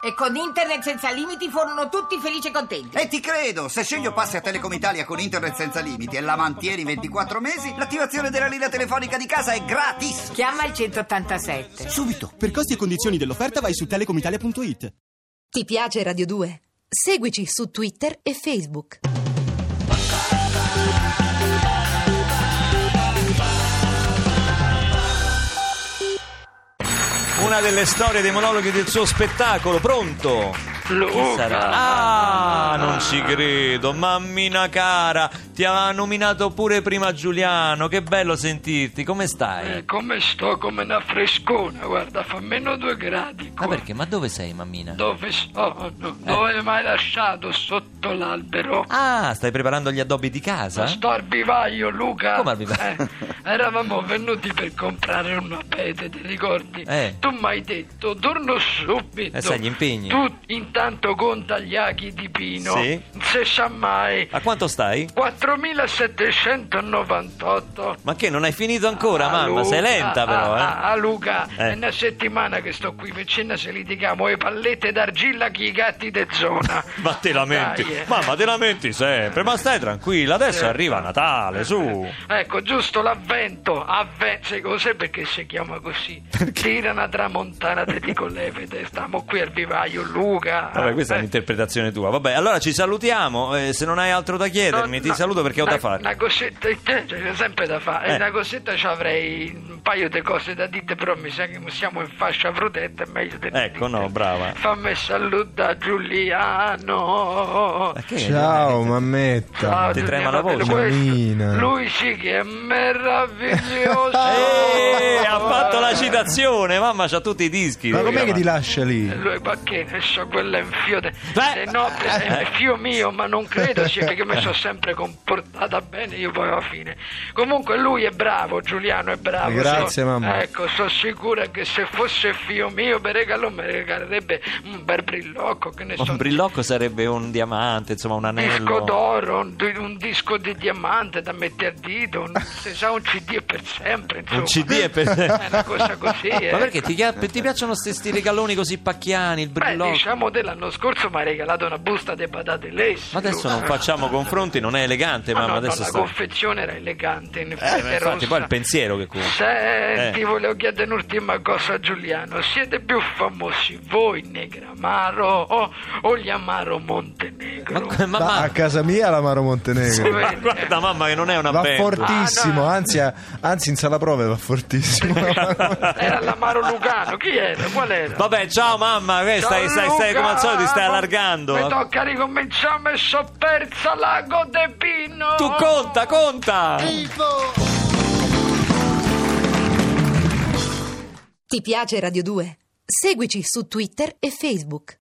E con internet senza limiti furono tutti felici e contenti. E ti credo, se sceglio passi a Telecom Italia con internet senza limiti e la mantieni 24 mesi, l'attivazione della linea telefonica di casa è gratis. Chiama il 187. Subito. Per costi e condizioni dell'offerta vai su telecomitalia.it. Ti piace Radio 2? Seguici su Twitter e Facebook. Una delle storie dei monologhi del suo spettacolo, pronto? oh, Ah, non ci credo, mammina cara, ti aveva nominato pure prima Giuliano, che bello sentirti, come stai? Eh, come sto come una frescona, guarda, fa meno due gradi. Ma qua. perché? Ma dove sei, mammina? Dove sono? Dove mi hai lasciato? Sotto l'albero. Ah, stai preparando gli addobbi di Ma casa? Sto al vivaio, Luca. Come al vivaio? Eh, eravamo venuti per comprare un apete, ti ricordi? Eh. Tu mi hai detto, torno subito. Eh, sai, gli impegni. Tu intanto conta gli aghi di Pino. Sì. Se sa mai. A quanto stai? 4798. Ma che, non hai finito ancora, Ah, mamma? Sei Luca, lenta però, ah, eh? Ah, ah, Luca, Eh. è una settimana che sto qui, per cena se litighiamo e pallette d'argilla che i gatti de zona. Ma te lamenti, Dai, eh. mamma te lamenti sempre, ma stai tranquilla, adesso arriva Natale, su. Ecco, giusto l'avvento, avvento, sai cos'è perché si chiama così? Tira una tramontana te dico levete, stiamo qui al vivaio, Luca. Vabbè, questa è Eh, un'interpretazione tua. Vabbè, allora ci salutiamo. eh, se non hai altro da chiedermi, no, ti no, saluto perché ho una- da fare. Una cosetta, eh, c'è sempre da fare. Eh. E Una cosetta ci avrei un paio di cose da dite, però mi sa che siamo in fascia prudente, è meglio di non Ecco, dire. no, brava. Fammi saluta Giuliano. Ma che- Ciao mammetta. Ti Eh, trema la voce? Giulianina. Lui sì che è meraviglioso. Eh, ha fatto la citazione, mamma c'ha tutti i dischi. Ma com'è Luca, che ti lascia lì? Lui ma che ne so, quello è un fio de... Beh. Eh. se no, è un fio mio, ma non credo sia perché mi sono sempre comportata bene, io poi alla fine. Comunque lui è bravo, Giuliano è bravo. Eh, Grazie, mamma. Ecco, sono sicura che se fosse fio mio, per regalo mi regalerebbe un bel brillocco, che ne so. Un brillocco sarebbe un diamante, insomma, un Un disco anello. d'oro, un, di- un disco di diamante da mettere a dito, un, se sa un CD è per sempre, insomma. Un CD è per. È una cosa così, eh. Ah, Ma perché ti, chia- ti piacciono questi regaloni così pacchiani? Il Beh, brillocco. diciamo te l'anno scorso mi ha regalato una busta di patate lesse. Ma adesso Luca. non facciamo confronti, non è elegante, Ma mamma. Ah, no, no, adesso la sta. confezione era elegante, in Eh, effetti, ma era infatti, poi è rossa. il pensiero che conta. Senti, Eh. volevo chiedere un'ultima cosa a Giuliano. Siete più famosi voi, Negramaro, o, o gli Amaro Ma, Montenegro? ma, ma- Ma a casa mia l'amaro Montenegro. ma guarda, mamma, che non è una Va band. fortissimo, Ah, no. anzi, a- anzi in sala prove va fortissimo. Era l'Amaro Lugano, chi era? Qual era? Vabbè, ciao mamma, eh, stai, stai, stai come al solito, ti stai allargando. Mi tocca ricominciare, mi so persa l'ago de Pino. Tu conta, conta! Ti piace Radio 2? Seguici su Twitter e Facebook.